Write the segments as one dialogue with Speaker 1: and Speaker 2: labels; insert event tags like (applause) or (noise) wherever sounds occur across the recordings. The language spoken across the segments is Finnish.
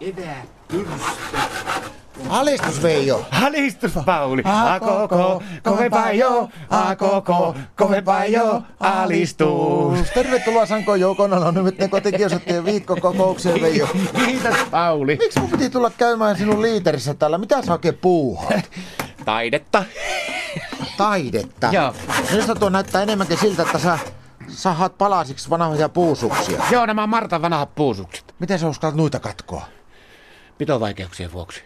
Speaker 1: Evää, myrskö.
Speaker 2: Alistus Veijo.
Speaker 3: Alistus Pauli, a koko, kovempaa jo, a koko, kovempaa jo, alistus.
Speaker 2: Tervetuloa Sanko Joukona, no nyt ne kotikiusattujen viikkokokoukseen Veijo.
Speaker 3: Kiitos Pauli.
Speaker 2: Miksi mun piti tulla käymään sinun liiterissä täällä? Mitä sä oikein puuhaat?
Speaker 3: Taidetta.
Speaker 2: Taidetta.
Speaker 3: Joo.
Speaker 2: Minusta tuo näyttää enemmänkin siltä, että sä sahat palasiksi vanhoja puusuksia.
Speaker 3: Joo, nämä on Martan vanhat puusukset.
Speaker 2: Miten sä uskallat noita katkoa?
Speaker 3: Pitovaikeuksien vuoksi.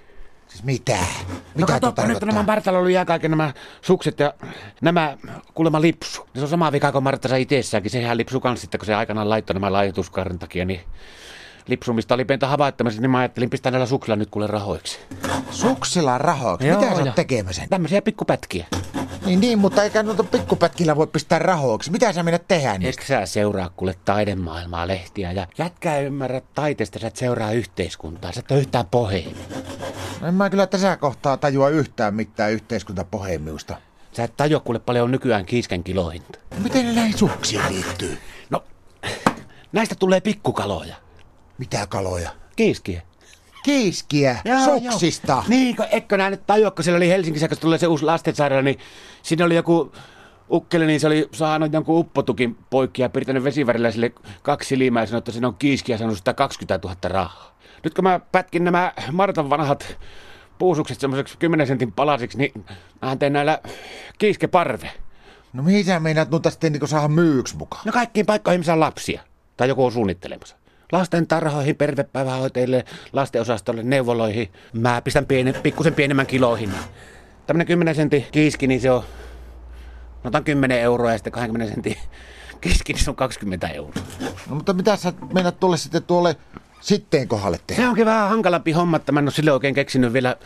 Speaker 2: Siis mitä?
Speaker 3: No
Speaker 2: Mitä
Speaker 3: katsoppa nyt, nämä
Speaker 2: tarkoittaa?
Speaker 3: Martalla oli ihan kaiken nämä sukset ja nämä kuulemma lipsu. Se on sama vika kuin Martta sai itsessäänkin. Sehän lipsu kans sitten, kun se aikanaan laittoi nämä laajentuskaaren takia, niin lipsumista oli pientä havaittamista, niin mä ajattelin pistää näillä suksilla nyt kuule rahoiksi.
Speaker 2: Suksilla rahoiksi.
Speaker 3: Joo,
Speaker 2: Mitä sä
Speaker 3: joo.
Speaker 2: oot tekemässä?
Speaker 3: Tämmöisiä pikkupätkiä.
Speaker 2: Niin, niin, mutta eikä noita pikkupätkillä voi pistää rahoiksi. Mitä sä menet tehdä niistä?
Speaker 3: Eikö sä seuraa kuule taidemaailmaa lehtiä ja jätkä ei ymmärrä taiteesta, sä et seuraa yhteiskuntaa, sä et ole yhtään pohjeen.
Speaker 2: No En mä kyllä tässä kohtaa tajua yhtään mitään yhteiskuntapohemiusta.
Speaker 3: Sä et tajua kuule paljon on nykyään kiisken kilohinta.
Speaker 2: Miten ne näihin suksiin liittyy?
Speaker 3: No, (laughs) näistä tulee pikkukaloja.
Speaker 2: Mitä kaloja?
Speaker 3: Kiiskiä.
Speaker 2: Kiiskiä suksista.
Speaker 3: Joo. Niin, kun, etkö nää nyt tajua, kun siellä oli Helsingissä, kun tulee se uusi lastensairaala, niin siinä oli joku ukkeli, niin se oli saanut jonkun uppotukin poikki ja piirtänyt vesivärillä sille kaksi silmää ja sanoi, että siinä on kiiski ja saanut sitä 20 000 rahaa. Nyt kun mä pätkin nämä Martan vanhat puusukset semmoiseksi 10 sentin palasiksi, niin mä teen näillä kiiskeparve.
Speaker 2: No mihin sä meinaat noita sitten niin saada myyks mukaan?
Speaker 3: No kaikkiin paikkoihin, missä on lapsia. Tai joku on suunnittelemassa. Lasten tarhoihin, pervepäivähoitajille, lastenosastolle, neuvoloihin. Mä pistän pienen, pikkusen pienemmän kiloihin. Tämmönen 10 sentin kiiski, niin se on... Mä otan 10 euroa ja sitten 20 sentin kiiski, niin se on 20 euroa.
Speaker 2: No mutta mitä sä meinaat tuolle sitten tuolle sitteen kohdalle tehdä?
Speaker 3: Se onkin vähän hankalampi homma, että mä en ole sille oikein keksinyt vielä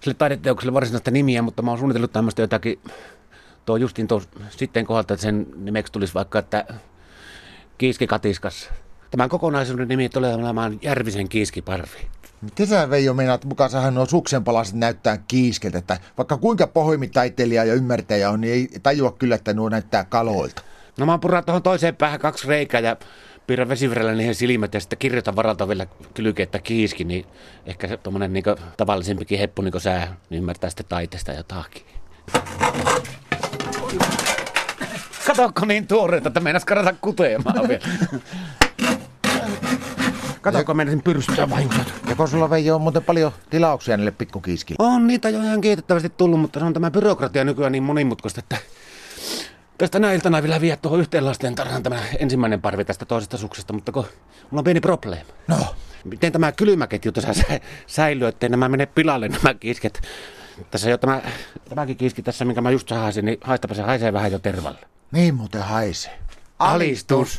Speaker 3: sille taideteokselle varsinaista nimiä, mutta mä oon suunnitellut tämmöistä jotakin tuo justin tuo sitten kohdalta, että sen nimeksi tulisi vaikka, että Kiiski katiskas. Tämän kokonaisuuden nimi tulee olemaan Järvisen kiiskiparvi.
Speaker 2: Miten sä Veijo meinaat mukaan saada nuo suksenpalaset näyttää kiiskeltä? Että vaikka kuinka pohjimmitaiteilija ja ymmärtäjä on, niin ei tajua kyllä, että nuo näyttää kaloilta.
Speaker 3: No mä puran tuohon toiseen päähän kaksi reikää ja piirrän vesivirrellä niihin silmät ja sitten kirjoitan varalta vielä kylkeen, että kiiski, niin ehkä se tommonen niinku tavallisempikin heppu niin kuin sä niin ymmärtää sitten taiteesta jotakin. Katokko niin tuoreita, että meinas karata kuteemaan vielä. Katokko meinasin pyrstöä vahingossa.
Speaker 2: Ja kun sulla Veijo on muuten paljon tilauksia näille pikkukiiskille.
Speaker 3: On niitä jo ihan kiitettävästi tullut, mutta se on tämä byrokratia nykyään niin monimutkaista, että tästä näin iltana vielä vie tuohon yhteen lasten tarhaan tämä ensimmäinen parvi tästä toisesta suksesta, mutta kun mulla on pieni probleema.
Speaker 2: No,
Speaker 3: Miten tämä kylmäketju tässä sä- säilyy, ettei nämä mene pilalle nämä kisket? Tässä jo tämä, tämäkin kiski tässä, minkä mä just sahasin, niin haistapa se haisee vähän jo tervalle.
Speaker 2: niin muuten haisee.
Speaker 3: Alistus!